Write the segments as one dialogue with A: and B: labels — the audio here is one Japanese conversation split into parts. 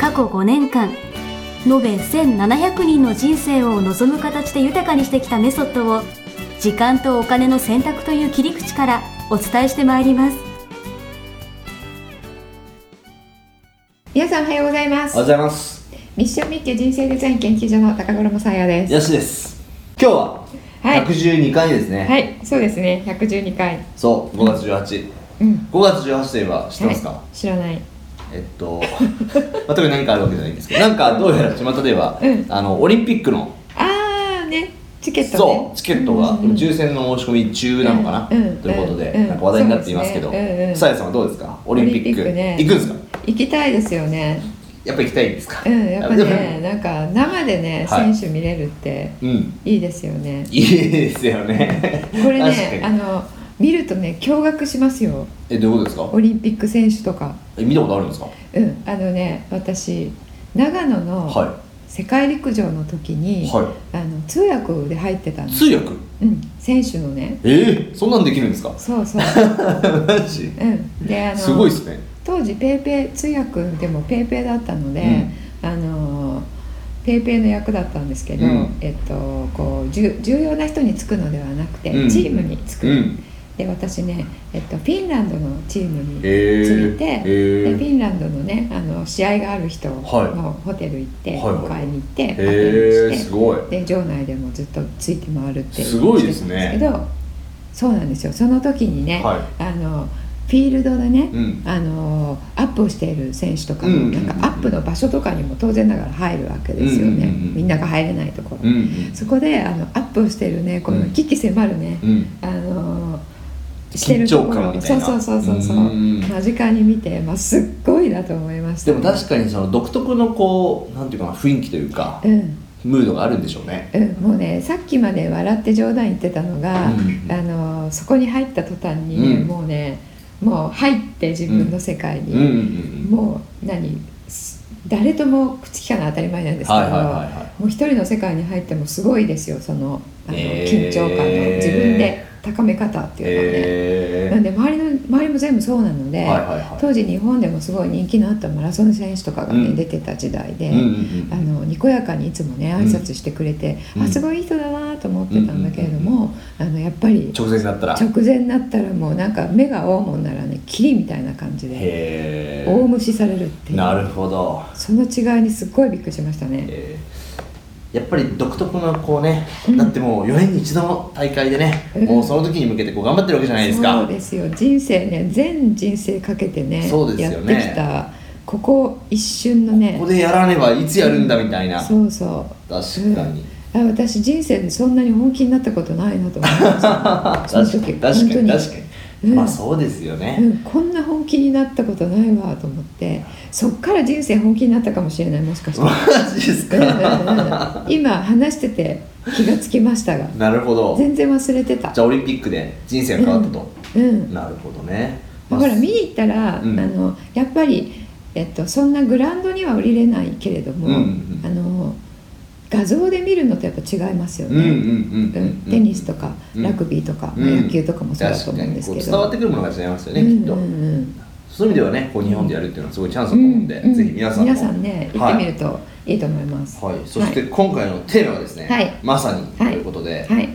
A: 過去5年間延べ1700人の人生を望む形で豊かにしてきたメソッドを時間とお金の選択という切り口からお伝えしてまいります
B: 皆さんおはようございま
C: おは
B: す
C: ようございます。
B: ミッションミッケ人生デザイン研究所の高頃さやです
C: ヤシです。今日は
B: はい
C: 112回ですね。
B: はいそうですね112回
C: そう、5月18。
B: うん
C: 5月18といえば知ってますか、
B: はい知らない
C: えっと、まあ、特に何かあるわけじゃないんですけど、なんかどうやら巷では、
B: うん
C: あの、オリンピックの、
B: ああねチケットね
C: そう、チケットが、
B: うんうん
C: 抽選の申し込み中なのかな、
B: うんうん
C: ということで、
B: うん
C: なんか話題になっていますけど、
B: そうですねうんうん
C: さやさんはどうですかオリンピック。
B: オリンピックね
C: 行くんですか
B: 行きたいですよね
C: やっぱ行きたいんですか
B: うんやっぱ
C: で
B: ねなんか生でね
C: はい
B: 選手見れるって
C: もうん。
B: いいですよね
C: いいですよね。
B: これ
C: 確か
B: ね
C: に
B: あの見るとね驚愕しますよ
C: え、どういうことですか
B: オリンピック選手とか
C: え、見たことあるんですか
B: うんあのね私長野の
C: は
B: 世界陸上の時
C: い。
B: に、
C: は
B: あの通訳で入ってたん
C: い。
B: です
C: 通訳
B: うん、選手のね
C: えー、そんなんできるんですか
B: そうそう、
C: マジ
B: うん、であの
C: すごいですね
B: 当時ペイペイ通訳でもペイペイだったので、あのペイペイの役だったんですけど、
C: うん
B: えっと、こうじゅ重要な人につくのではなくて、
C: うん
B: チームにつく、
C: うん
B: で私ね、えっと、フィンランドのチームについて、
C: えー、
B: でフ
C: えー、
B: ィンランドのねあの試合がある人の
C: は
B: ホテル行って、
C: はいはい
B: お買いに行ってアテンド
C: えー、
B: して
C: すごい
B: で場内でもずっとついて回るっていう
C: すごいです
B: してたんです
C: ね
B: けどそうなんですよその時にね、
C: は
B: あのフィールドでね、
C: いうん
B: あのアップをしている選手とか
C: うんう
B: も
C: んう
B: なんんかアップの場所とかにも当然ながら入るわけですよね、
C: うんうんうんうん
B: みんなが入れないところ、
C: うん
B: そこであのアップをしているねこの危機迫るね、
C: うんうん
B: あのして
C: 緊
B: ると
C: 張
B: ころ
C: 感みたいな
B: そうそうそうそうそう
C: うん
B: 間近に見て、まあ、すっごいなと思いました
C: で
B: ね、
C: も確かにその独特のこうなんていうかな雰囲気というか
B: うん
C: ムードがあるんでしょうね
B: うん、もうねさっきまで笑って冗談言ってたのが、
C: うん
B: あのそこに入った途端にね、
C: うん
B: もうねもう入って自分の世界
C: うんうんう
B: に、
C: ん
B: もう何す誰とも口利かない当たり前なんですけど、
C: はいはいはいは
B: もう一人の世界に入ってもすごいですよそのあの、
C: えー
B: 緊張感の自分で高め方って
C: い
B: いうのはね、
C: え
B: なんで周りの周りも全部そうなので、
C: ー、はいはいは
B: 当時日本でもすごい人気のあったマラソン選手とかが、ね
C: うん
B: 出てた時代で。
C: いうんうん
B: あのにこやかにいつもね挨拶してくれて、
C: うん
B: あすごいいい人だなと思ってたんだけれども、あのやっぱり
C: 直前になったら
B: 直前になったらもうなんか目が合うもんならね霧みたいな感じで
C: へ
B: 大無視されるって
C: え
B: いう
C: なるほど、
B: その違いにすっごいびっくりしましたね。
C: えー、やっぱり独特のこうね、
B: うん
C: だってもう4年に一度の大会でね、
B: うん
C: もうその時に向けてこう頑張ってるわけじゃないですか
B: そうですよ人生ね全人生かけてね
C: そうです
B: や
C: よ
B: っ
C: ね
B: てきたここ一瞬のね
C: ここでやらねばいつやるんだみたいな、
B: そうそう
C: 確かに、
B: あ私人生でそんなに本気になったことないなと思いま したその
C: 確か
B: 時
C: に確
B: 本
C: か
B: 当
C: に確かに、
B: うん
C: まあそうですよね、
B: うん、こんな本気になったことないわと思ってそっから人生本気になったかもしれないもしかした
C: マ
B: ら
C: ジです
B: うん
C: か
B: うんうん今話してて気がつきましたが
C: なるほど
B: 全然忘れてた
C: じゃあオリンピックで人生が変わったと、
B: うん
C: なるほどね、まあ
B: ほら見に行ったら、
C: うん
B: あのやっぱり、えっと、そんなグラウンドには降りれないけれども、
C: うんうん
B: あの画像で見るのとやっぱ違いますよ
C: うんうん
B: ね、
C: うんうん、
B: テニスとか、
C: うん
B: ラグビーとか、
C: うん
B: 野球とかもそうだと思うんですけど
C: 確かにこう伝わってくるものが違いますよね、きっと
B: うんうんうん
C: そういう意味ではねこう日本でやるっていうのはすごいチャンスだと思うんで、
B: うう
C: ぜひ皆さんも
B: 皆さんね行ってみるといいと思います
C: はい、そして今回のテーマはですね、
B: はい
C: まさにと
B: はい
C: いうことで、
B: はい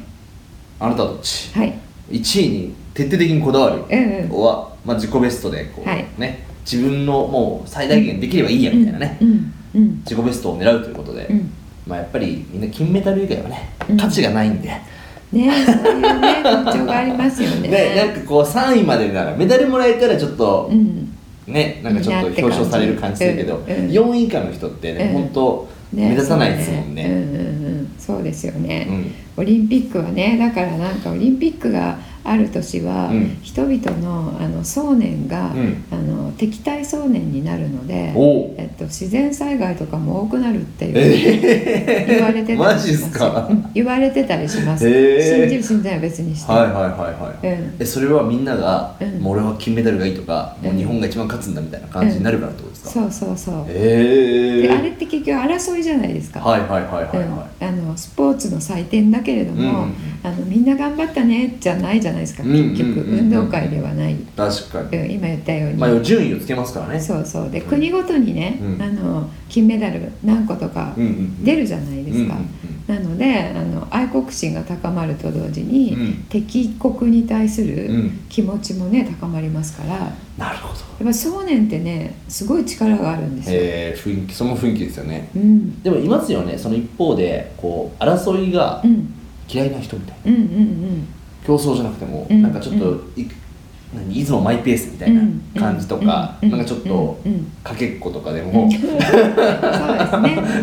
C: あなたどっち
B: はい
C: 1位に徹底的にこだわる
B: うんうん
C: は、まあ、自己ベストでこう、
B: はい
C: ね、自分のもう最大限できればいいやみたいなね、
B: うんうん
C: 自己ベストを狙うということで、
B: うん
C: まあ、やっぱりみんな金メダル以外はね
B: うん
C: 価値がないんで、
B: ねそういうね特徴がありますよね
C: でなんかこう3位までならメダルもらえたらちょっと
B: うん
C: ね、なんかちょっと表彰される感じだけど、
B: うんうん
C: 4位以下の人ってね、
B: うん
C: 本当
B: ね
C: 目立たないですもんね。
B: そううんうんうんそうですよね
C: うん
B: オリンピックはねだからなんかオリンピックがある年は、
C: うん
B: 人々のあの想念が、
C: うん
B: あの敵対想念になるので、
C: お
B: えっと、自然災害とかも多くなるっていう、
C: えー
B: 言われてたりしま
C: マジっすか
B: うん言われてたりします、
C: へー
B: 信じる信じないは別にして、
C: はいはいはいはい、
B: うん
C: えそれはみんなが、
B: うん
C: もう俺は金メダルがいいとか、もう
B: うん
C: 日本が一番勝つんだみたいな感じになるからってことですか、
B: そうそうそう、
C: ええ
B: であれって結局争いじゃないですか、
C: はいはいはいはい
B: うん
C: は
B: あのスポーツの祭典だけれども、
C: うん
B: あのみんな頑張ったねじゃないじゃないですか、
C: うんうんうん
B: 結局運動会ではない、
C: い確か
B: う
C: に
B: ん今言ったように、
C: まあ順位をつけますからね
B: そうそうで国ごとにね、
C: うん
B: あの金メダル何個とか
C: うんうん
B: 出るじゃないですか、
C: うん
B: なのであの愛国心が高まると同時
C: う
B: に、
C: んうん
B: 敵国に対す
C: うんう
B: る
C: ん
B: 気持ちもね高まりますからやっ
C: なるほど
B: ぱ想念ってねすごい力があるんですよ、
C: ええ雰囲気その雰囲気ですよね
B: うん
C: でもいますよねその一方でこう争いが
B: うん
C: 嫌いな人みたいな
B: うんうん
C: 競争じゃなくても、
B: うん
C: なんかちょっと、
B: う
C: い何いつもマイペースみた
B: う
C: いなん感じとか、
B: うう
C: なんかちょっと
B: うんうん
C: かけっことかで
B: そ
C: も、
B: うですね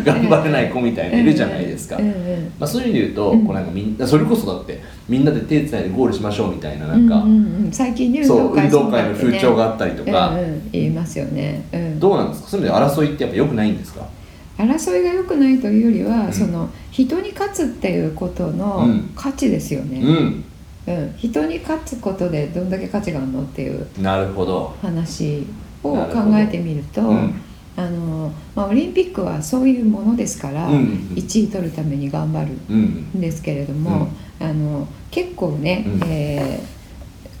C: 頑張れない子みたいな
B: うん
C: いるじゃないですか、
B: うんうん
C: まあ、そういう意味で言うと、
B: うん
C: こうなんかみんなそれこそだってみんなで手つないでゴールしましょうみたいななんか、
B: うんうんうん最近ね
C: そう運動会の
B: そう
C: 風
B: だってね
C: 潮があったりとか、
B: うんうん言いますよね、うん、
C: どうなんですかそういう意味で争いってやっぱ良くないんですか
B: 争いが良くないというよりは、
C: うん
B: その人に勝つっていうことの
C: うん
B: 価値ですよ
C: う
B: ね、
C: ん
B: うん人に勝つことでどんだけ価値があるのっていう
C: なるほど、
B: 話を考
C: なるほど
B: えてみると
C: うん
B: あの、まあ、オリンピックはそういうものですから、
C: うんうん
B: 1位取るために頑張る
C: うん
B: んですけれども、あの結構ね、
C: うん
B: えー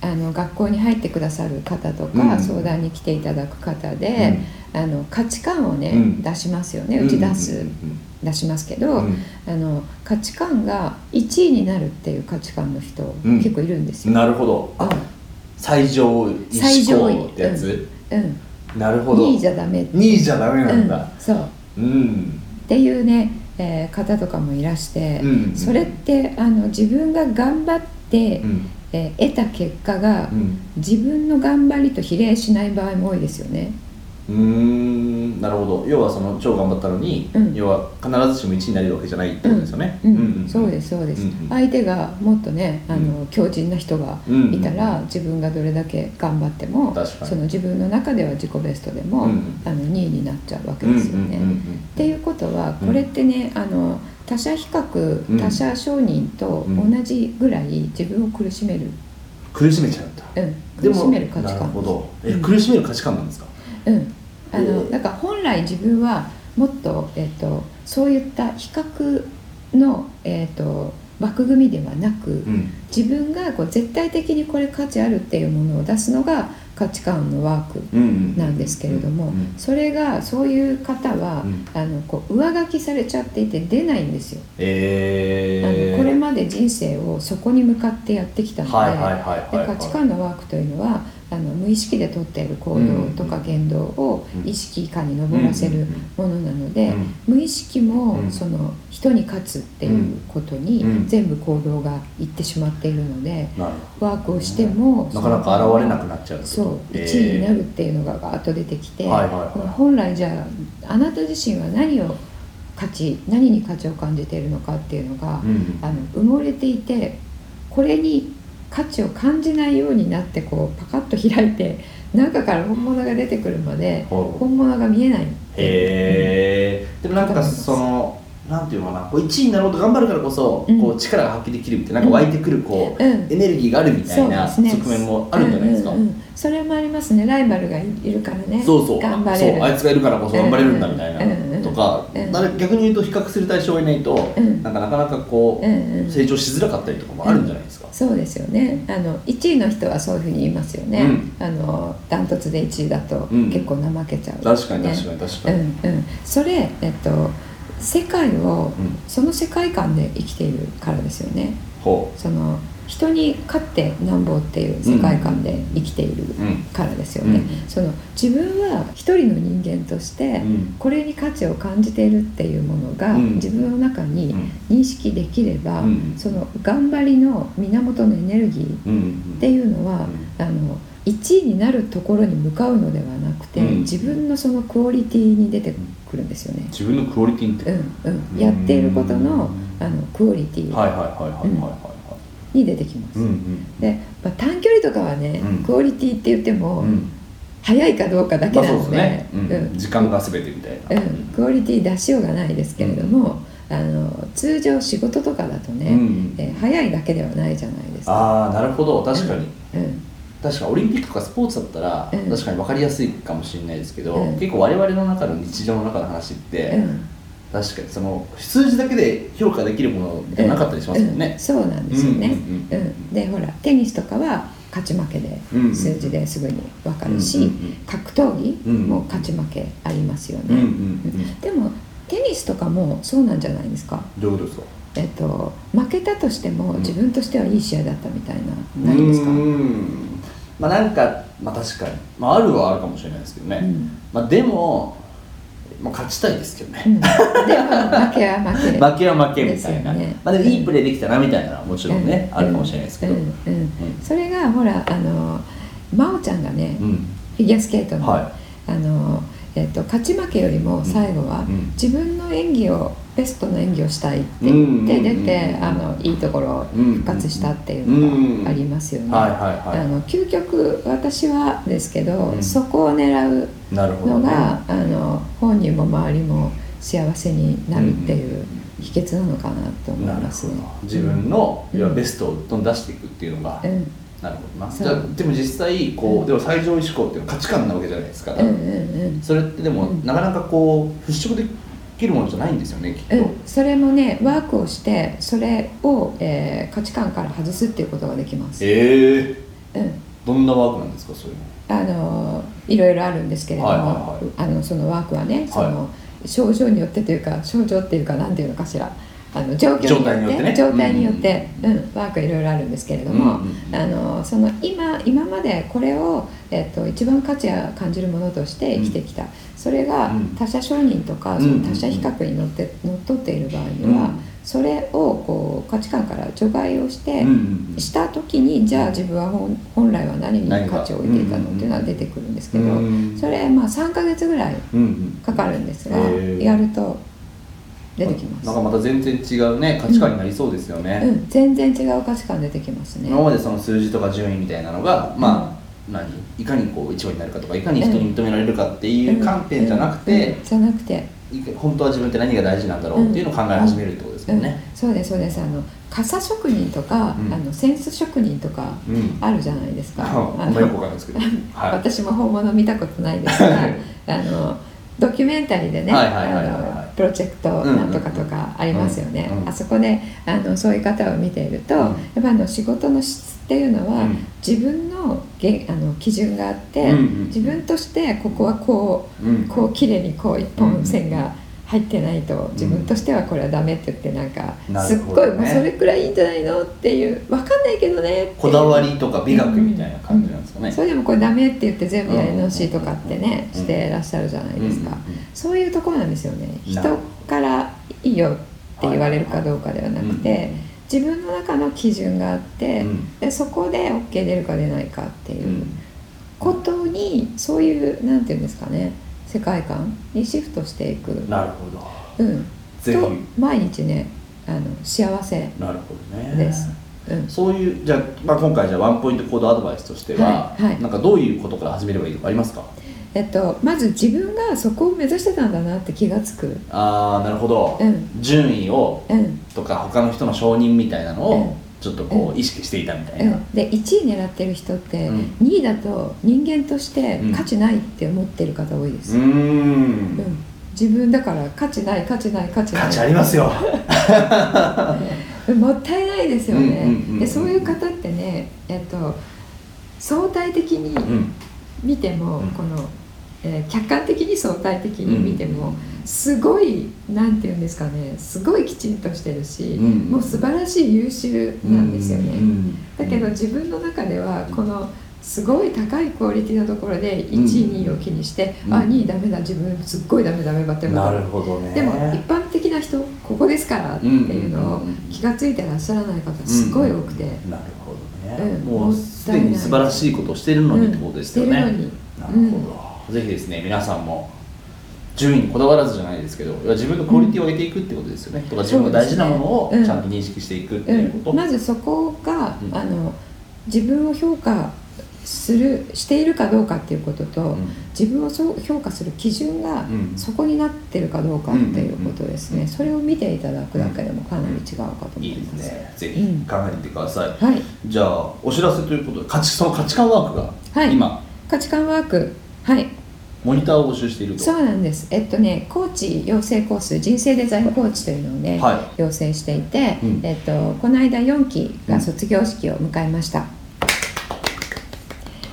B: あの学校に入ってくださる方とか、
C: うん
B: 相談に来ていただく方で、あの価値観をね、
C: うん
B: 出しますよね
C: うん
B: 打ち出す、
C: うん
B: 出しますけ
C: う
B: ど、
C: んうん
B: あの価値観が1位になるっていう価値観の人、
C: うん
B: 結構いるんです
C: うん
B: よ。
C: なるほど
B: う
C: あ
B: ん
C: 最上位
B: 最
C: 志
B: 上位
C: 向ってやつ、
B: うん、
C: なるほど
B: 2位じゃダメ
C: 2位じゃダメなんだ、
B: うん、そうっ
C: うん
B: ていうね、えー方とかもいらして、
C: うん
B: それってあの自分が頑張って、
C: うん
B: えー得た結果が、
C: うん
B: 自分の頑張りと比例しない場合も多いですよね。
C: うーんなるほど要はその超頑張ったのに、
B: うん
C: 要は必ずしも1位になれるわけじゃないってことですよね、
B: うんそうですすそうです、
C: うんうん
B: 相手がもっとねあの、
C: う
B: 強靭な人がいたら、自分がどれだけ頑張っても
C: 確かに
B: その自分の中では自己ベストでも、
C: うん
B: あの2位になっちゃうわけですよね。っていうことは
C: うん
B: これってね、あの他者比較、
C: うん
B: 他者承認と
C: うん
B: 同じぐらい自分を苦しめる、
C: 苦しめちゃうんだ
B: うん、苦
C: でも
B: しめる価値
C: なる
B: 観
C: ほどえ、
B: うん
C: 苦しめる価値観なんですか
B: うん、あの、
C: えー
B: なんか本来自分はもっと,、えっとそういった比較の、えっと枠組みではなく、
C: うん
B: 自分がこう絶対的にこれ価値あるっていうものを出すのが価値観のワーク
C: うんうん
B: なんですけれども、
C: うんうん
B: それがそういう方は、
C: うん
B: あのこう上書きされちゃっていて出ないんですよ、
C: え
B: あの
C: ー、
B: これまで人生をそこに向かってやってきたので,、
C: はいはいはいは
B: で
C: い
B: 価値観のワークというのはあの無意識でとっている行動とか言動を
C: うん
B: 意識以下に上らせるものなので、
C: うん
B: 無意識も
C: うん
B: その人に勝つっていうことに
C: うん
B: 全部行動がいってしまっているので、
C: なるほど
B: ワークをしても
C: なかなか現れなくなっちゃう
B: そう
C: えー
B: 1位になるっていうのがガーッと出てきて、
C: はいはいはい
B: この本来じゃああなた自身は何を価値何に価値を感じているのかっていうのが、
C: うん
B: あの埋もれていてこれに価値を感じないようになってこうパカッと開いて中から本物が出てくるまで
C: ほう
B: 本物が見えない
C: へえでもなんかそのなんていうのかなこう1位になろうと頑張るからこそ、
B: うん
C: こう力が発揮できるみたいななんか湧いてくるこう、
B: うん
C: エネルギーがあるみた
B: そ
C: いな
B: う
C: 側
B: ですね
C: 面もあるんじゃないですか、
B: うんうんうんそれもありますねライバルがいるからね
C: そうそう
B: 頑張れる
C: そうあいつがいるからこそ頑張れるんだみたいな、
B: うんうんうん
C: とか,、
B: うん
C: 逆に言うと比較する対象がいないと、
B: うん
C: なんかなかなかこう、
B: うんうん
C: 成長しづらかったりとかもあるんじゃないですか、
B: そうですよねあの1位の人はそういうふうに言いますよね、
C: うん
B: あのダントツで1位だと
C: うん
B: 結構怠けちゃう、
C: 確かに
B: ね
C: 確かに確かに、
B: うんうん、それ、えっと、世界を、
C: うん
B: その世界観で生きているからですよね
C: ほ
B: その人に勝ってなんぼっていう世界観で生きている
C: うん
B: からですよね、
C: う
B: その自分は一人の人間として、
C: うん
B: これに価値を感じているっていうものが、
C: うん
B: 自分の中に認識できれば、
C: うん
B: その頑張りの源のエネルギー
C: う、うんうん
B: っていうのは、
C: う
B: あの1位になるところに向かうのではなくて、
C: うん
B: 自分のそのクオリティに出てくるんですよね。
C: 自分のクオリティって、
B: うんうん、やっていることの
C: うん
B: あのクオリティ、
C: はいはいはいはいはいはいはい、
B: に出てきます、
C: うん
B: で、まあ、短距離とかはね、
C: うん
B: クオリティって言っても、
C: うんうん
B: 速いかどうかだけ
C: まあ
B: な
C: そ
B: の
C: うです
B: で,、
C: ね、うん
B: うん
C: 時間が全てみた
B: う
C: いな、
B: ん、クオリティ出しようがないですけれども、あの通常仕事とかだと
C: う
B: ね、
C: ん
B: えー速いだけではないじゃないですか。
C: ああなるほど確かに、
B: うん
C: 確かオリンピックとかスポーツだったら、
B: うん
C: 確かに分かりやすいかもしれないですけど、
B: うん
C: 結構我々の中の日常の中の話って、
B: うん
C: 確かにその数字だけで評価できるものじゃなかったりしますもん
B: うん
C: ね、
B: そうなんですよね、
C: うん
B: うんでほらテニスとかは勝ち負けで
C: うんうん
B: 数字ですぐに分かるし、
C: うんうん
B: 格闘技
C: うん
B: も勝ち負けありますよね、
C: うんうんうん
B: でもテニスとかもそうなんじゃないですか、
C: どういうことですか
B: えっと、負けたとしても
C: うん
B: 自分としてはいい試合だったみたいなないですか、
C: うー
B: うん
C: んまあなんかまあ確かに、まあ、あるはあるかもしれないですけどね、
B: うん
C: まあでも、まあ、勝ちたいですけどね、
B: でも負けは負け
C: 負けは負けみたいな、
B: ですよね
C: まあでもいいプレーできたなみたいなのはもちろんね、
B: うん
C: あるかもしれないですけど、
B: うんうんそれがほらあの真央ちゃんがね、
C: うん
B: フィギュアスケートの,、
C: は
B: あのえっと勝ち負けよりも最後は
C: うんうん
B: 自分の演技をベストの演技をしたいって言って
C: うんうんうんう
B: 出
C: ん
B: てあのいいところを復活したっていうのがありますよね。
C: はい
B: あ
C: はいは
B: の究極私はですけど、
C: うん
B: そこを狙
C: いなる
B: う
C: ほど
B: の
C: ね
B: が、あの本人も周りも幸せになるっていう
C: うん
B: 秘訣なのかなと思い
C: なる
B: ます
C: ほ
B: ね
C: ど。自分の、
B: うん
C: 要はベストをどんどん出していくっていうのが、
B: うん
C: なるほどな
B: そう
C: じゃあでも実際こう、
B: うん
C: でも最上位志向っていうのは価値観なわけじゃないですか、
B: うんうんうん
C: それってでも、
B: うん
C: なかなかこう払拭できるものじゃないんですよねきっと、
B: うん、それもねワークをしてそれを、えー価値観から外すっていうことができます、
C: え
B: う
C: え
B: ん
C: どんなワークなんですかそういうの
B: あのーいろいろあるんですけれども、
C: はいはい
B: あのそのワークはねその、症状によってというか症状っていうかなんていうのかしらあの状況によって
C: 状態に
B: に
C: よ
B: よ
C: っ
B: っててう
C: ね、
B: んワークいろいろあるんですけれども、
C: うんうんうん
B: あのーその今今までこれを、えっと一番価値を感じるものとして生きてきた、それが
C: うん
B: 他者承認とか、
C: うん
B: そ
C: うんうん
B: の他者比較にのってのっとっている場合には、
C: うん
B: それをこう価値観から除外をして、
C: うんうんうん
B: した時にじゃあ自分は本本来は何に
C: 何か
B: 価値を置いていたのっていうのは出てくるんですけど、
C: うん
B: それまあ3ヶ月ぐらい
C: うんうん
B: かかるんですが、
C: へー
B: やると出てきま
C: なんか
B: す、
C: また全然違うね価値観になりそうですよね、
B: うん、全然違う価値観出てきますね
C: 今までその数字とか順位みたいなのが、まあ何いかにこう一番になるかとかいかに人に認められるかっていう観点じゃなく
B: うん
C: て
B: う、んじゃなくて、
C: いか本当は自分って何が大事なんだろうっていうのを考え始めるってことです
B: う
C: もん
B: ん
C: ね、
B: そうですそうですあの傘職人とか、
C: うん
B: あのセンス職人とか
C: うん、
B: あるじゃないですか、
C: ああ
B: あ
C: んま
B: の
C: よくわかんないですけどはい
B: 私も本物見たことないですがあのドキュメンタリーでね
C: はいはいはいはいはい
B: あのプロジェクトなんとかとかありますよね、
C: うんうんうん
B: あそこであのそういう方を見ていると、
C: うん
B: やっぱあの仕事の質っていうのは、
C: うん
B: 自分のげあの基準があって、
C: うんうん
B: 自分としてここはこう、
C: うん
B: こう綺麗にこう一本線が入ってないと自分としてはこれはダメって言ってなんか、
C: な
B: す
C: る
B: っご
C: ほどね
B: いもうそれくらいいいんじゃないのっていうわかんないけどねっていう
C: こだわりとか美学みたいな感じなんですかね、
B: それでもこれダメって言って全部やり直しとかってね、
C: うん
B: してらっしゃるじゃないですか、
C: うんうんうん
B: そういうところなんですよね
C: な
B: 人
C: るほど
B: からいいよって言われるかどうかではなくて、
C: はいはいはい
B: 自分の中の基準があって、
C: うん
B: でそこで OK 出るか出ないかっていううんことにそういうなんていうんですかね世界観にシフトしていく、
C: なるほど
B: うん、
C: ぜ
B: と
C: ひ
B: 毎日ねあの幸せ
C: なるほどね
B: です。うん
C: そういうじゃあ、まあ、今回じゃあワンポイント行動アドバイスとしては、
B: はいはい
C: なんかどういうことから始めればいいとかありますか
B: えっと、まず自分がそこを目指してたんだなって気がつく、
C: ああなるほど、
B: うん
C: 順位を
B: うん、
C: とか他の人の承認みたいなの
B: う
C: を
B: ん
C: ちょっとこう意識していたみた
B: う
C: いな、
B: ん、で1位狙ってる人って、
C: うん
B: 2位だと人間として
C: うん
B: 価値ないって思ってる方多いで
C: う
B: す、
C: ー
B: うん
C: ん
B: 自分だから価値ない価値ない価値ない
C: 価値ありますよ
B: もったいないですよね、
C: うんうんうんうん
B: でそういう方ってね、えっと、相対的
C: う
B: に
C: ん
B: 見ても、
C: うん
B: この、えー客観的に相対的に見ても、
C: うん
B: すごいなんて言うんですかねすごいきちんとしてるし、
C: うん
B: もう素晴らしい優秀なんですよね、
C: うん
B: だけど自分の中ではこのすごい高いクオリティのところで1位2位を気にして、
C: うん
B: あ2位ダメだ自分すっごいダメダメばって
C: な
B: ば
C: るほどね
B: でも一般的な人ここですからっていうの
C: う
B: を
C: んうんうんうん
B: 気が付いてらっしゃらない方すごい多くて、
C: なるほどね、
B: うん
C: もうすでに素晴らしいことをしてるのにってことですよね、
B: うんしてるのに
C: なるほど、ぜひですね皆さんも順位にこだわらずじゃないですけど要は自分のクオリティを上げていくってことですよね、とか自分の大事なものを
B: そうです
C: ち
B: ね
C: ゃんと認識していくって
B: う
C: いうこと、
B: ん、まずそこが、
C: うん
B: あの自分を評価するしているかどうかっていうことと、
C: うん
B: 自分をそう評価する基準が
C: うん
B: そこになってるかどうかっていうことですね、
C: うん
B: それを見ていただくだけでもかなり違うかと思
C: い
B: い
C: いです
B: ます。
C: ねぜひ考えてみてください、
B: はい、
C: じゃあお知らせということで価値その価値観ワークが
B: はい
C: 今、
B: 価値観ワークはい
C: モニターを募集していると
B: そうなんですえっとねコーチ養成コース人生デザインコーチというのをね、
C: は
B: 養成していて、
C: うん
B: えっと、この間4期が卒業式を迎えました、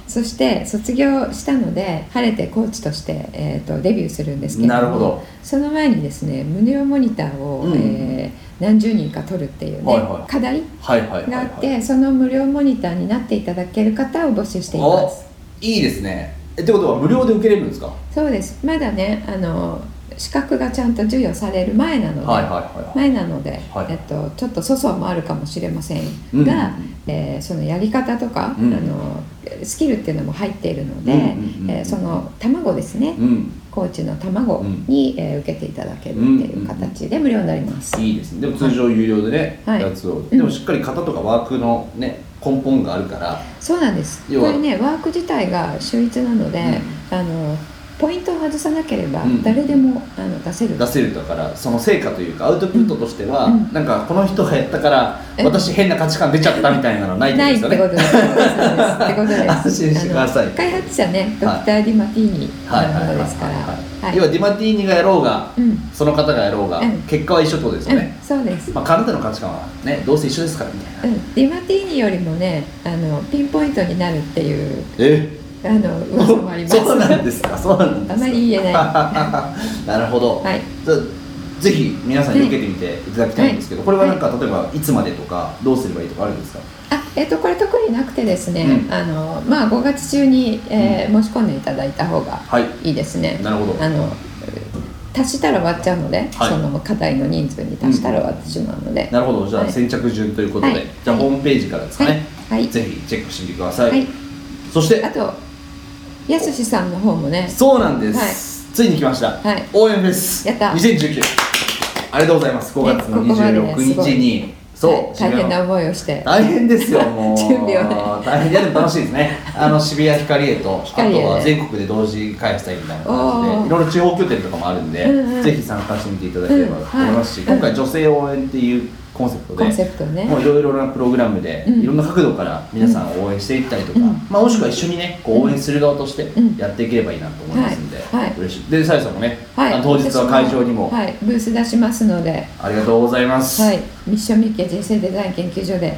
B: そして卒業したので晴れてコーチとして、えっとデビューするんですけれども
C: なるほど
B: その前にですね無料モニターを、
C: うん
B: えー何十人か取るっていうね、
C: はいはい
B: 課題
C: はいはいはい、
B: があって、
C: はい、
B: その無料モニターになっていただける方を募集しています
C: おいいですねえってことは無料で受けれるんですかは
B: そうですまだねあの資格がちゃんと授与される前なの
C: い
B: で、
C: はいはいはい
B: 前なので、
C: はい
B: えっと、ちょっと粗相もあるかもしれません
C: うん
B: が、えーそのやり方とか、
C: うん
B: あのスキルっていうのも入っているので、
C: うんうんうん
B: えーその卵ですね、
C: うん
B: コーチの卵に、えー受けていただけるっていう形で無料になります。
C: いいですねでも通常有料でね、
B: はい
C: やつをでもしっかり型とかワークのね根本があるから、
B: そうなんですこ
C: 要は
B: れねワーク自体が秀逸なので、あのポイントを外さなければ
C: うん
B: 誰でも、あの出せる
C: 出せるだからその成果というかアウトプットとしては、
B: うん
C: なんかこの人がやったから
B: うん
C: 私変な価値観出ちゃったみたいなのはないってこと
B: な
C: で
B: いっ
C: す
B: て
C: よ
B: ことで
C: ね
B: す。そうですってこと です。
C: 安心してください
B: あの開発者ね、ドクターディマティーニ
C: はいはいは
B: のもの
C: いはい
B: ですから。
C: はい
B: はい
C: 要はディマティーニがやろうが、
B: うん、
C: その方がやろうが、
B: うん
C: 結果は一緒ってことですよね
B: う、ん、そうです。
C: まあ、彼女の価値観はねどうせ一緒ですからみたいな、
B: うん、ディマティーニよりもね、あのピンポイントになるっていう
C: え
B: あの噂もあります。
C: そうなんですかそうなんですか
B: あまり言えない。は
C: なるほど、
B: はい
C: じゃあぜひ皆さんに受けてみていただきたいんですけど、
B: はい
C: これはなんか、例えばいつまでとかどうすればいいとかあるんですか
B: あ、えっ、とこれ特になくてですね、
C: うん
B: あのまあ5月中に、えー申し込んでいただいた方が
C: はい
B: いいですね。
C: なるほど
B: あの足したら割っちゃうので、
C: はい
B: その課題の人数に足したら割ってしまうので、
C: なるほどじゃ
B: は
C: あ
B: い
C: 先着順ということで、
B: はい
C: じゃあホームページからですかね、
B: はいはい
C: ぜひチェックしてみてください、
B: はい
C: そして
B: あとやすしさんの方もね
C: そうなんです、ついに来ました、
B: はい
C: 応援フェス
B: やった
C: 2019ありがとうございます5月の
B: ねここまでね
C: 26日に、そう
B: 大変
C: 渋谷
B: な
C: の
B: 思いをして
C: 大変ですよも う
B: 準備を
C: 大変いやでも楽しいですねあの渋谷ヒカリエと、あ
B: カリエ
C: と
B: ね
C: は全国で同時開催みたいな感じ
B: お
C: で
B: ー
C: いろいろ地方拠点とかもあるんで、
B: うんうん
C: ぜひ参加してみていただければと思います
B: う
C: し、
B: んはい
C: 今回女性応援っていうコンセプトで
B: コンセプトね
C: もういろいろなプログラムで、
B: うん
C: いろんな角度から皆さんを応援していったりとか、
B: うん
C: まあ、もしくは一緒にねこう応援する側として
B: ん
C: やっていければいいなと思いますんで、
B: はいはい
C: 嬉しいでさやさんもね、
B: はい
C: あの当日は会場にも、
B: はい、ブース出しますので、
C: ありがとうございます、
B: はい、ミッションミッケ人生デザイン研究所で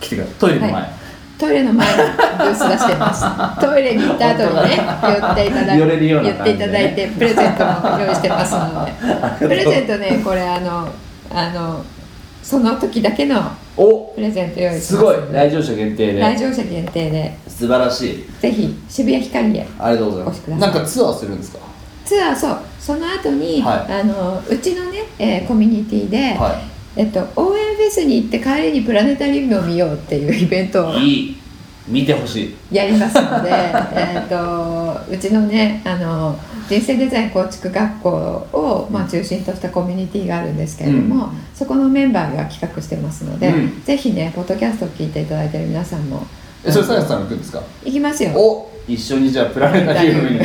C: 来てくださいトイレの前、
B: はいトイレの前にブース出して ますトイレに行った後にね寄っていただい
C: 寄れるような
B: 寄っていただいてプレゼントも用意してます の
C: ありがと
B: でプ
C: う
B: レゼントねこれあのあのその時だけの
C: お
B: プレゼント用意して
C: す
B: ます
C: ごい来場者限定
B: 来
C: で
B: 場者限定で
C: 素晴らしい
B: ぜひ渋谷ヒカリエ
C: ありがとうございま
B: お越し
C: す
B: くだ
C: な
B: さ
C: ん
B: い
C: かツアーするんですか
B: ツアーそうその後に、
C: はい
B: あのうちのね、えーコミュニティで、
C: は
B: えっと、応援フェスに行って帰りにプラネタリウムを見ようっていうイベントを
C: いいい見てほしい
B: やります のでえっとうちのねあの人生デザイン構築学校を、まあ、中心としたコミュニティがあるんですけれども、
C: うん
B: そこのメンバーが企画してますので、
C: うん
B: ぜひねポッドキャストを聞いていただいてる皆さんも
C: えそれさやさん行くんですか
B: 行きますよ
C: お一緒にじゃあプラネタリウムに も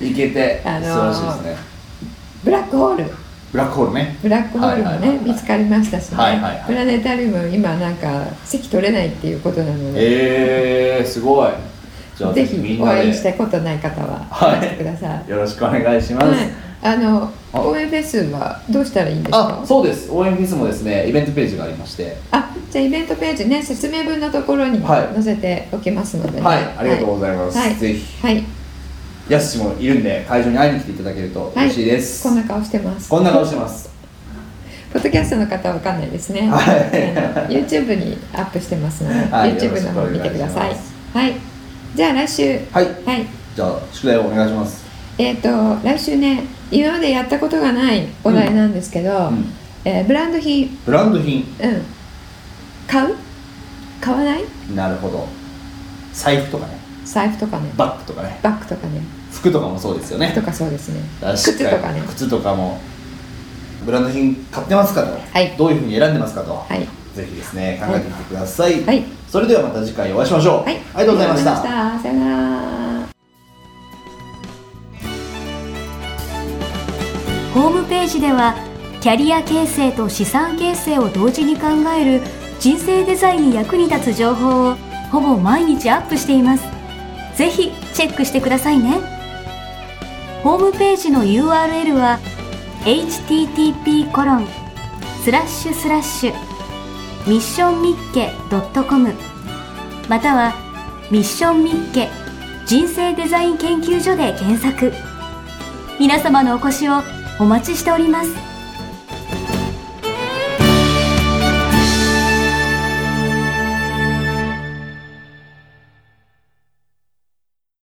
C: 行けて素
B: あのー
C: 晴らしいですね
B: ブラックホール
C: ブラックホールね
B: ブラックホールもね、
C: はいはいはいはい
B: 見つかりましたし、ね
C: はいはいはい
B: プラネタリウム今なんか席取れないっていうことなので、
C: えー、すごいじゃあ
B: ぜ
C: ぜ
B: ひ
C: ひみん
B: 応
C: なで
B: 援し
C: よ
B: たことない方は
C: はい
B: いらしてください、はい
C: ろしくお願いします、
B: あの
C: あ
B: 応援フェスはどうしたらいいんです
C: あ
B: か
C: そうです応援フェスもですねイベントページがありまして
B: あじゃあイベントページね説明文のところに
C: はい
B: 載せておきますのでね、
C: はいありがとうございます、
B: はい
C: ぜひ
B: はい、はい
C: やすしもいるんで会場に会いに来ていただけると嬉しいです、
B: こんな顔してます
C: こんな顔してます
B: ポッドキャストの方はわかんないですね、
C: は
B: あの YouTube にアップしてますので、
C: はい
B: YouTube の方見てくださ
C: よ
B: い
C: ろし
B: はいじゃあ来週
C: はい
B: はい
C: じゃあ宿題をお願いします
B: えー、と来週ね今までやったことがないお題なんですけど、
C: うんうん
B: えーブランド品、
C: ブランド
B: う
C: 品
B: ん、買う買わない
C: なるほど財布とかね
B: 財布とかね
C: バッグとかね
B: バッグとかね
C: 服とかもそうですよね
B: とかそうですね
C: 確
B: 靴とか
C: か
B: ね
C: に靴とかもブランド品買ってますかと、
B: い
C: どういうふうに選んでますかと、
B: はい
C: ぜひですね考えてみてください、
B: はい
C: それではまた次回お会いしましょう、
B: はい
C: ありがとうございました
B: ありがとうございましたさよなら
A: ホームページではキャリア形成と資産形成を同時に考える人生デザインに役に立つ情報をほぼ毎日アップしていますぜひチェックしてくださいねホームページの URL は http コロンスラッシュスラッシュミッションミッケ .com またはミッションミッケ人生デザイン研究所で検索皆様のお越しをお待ちしております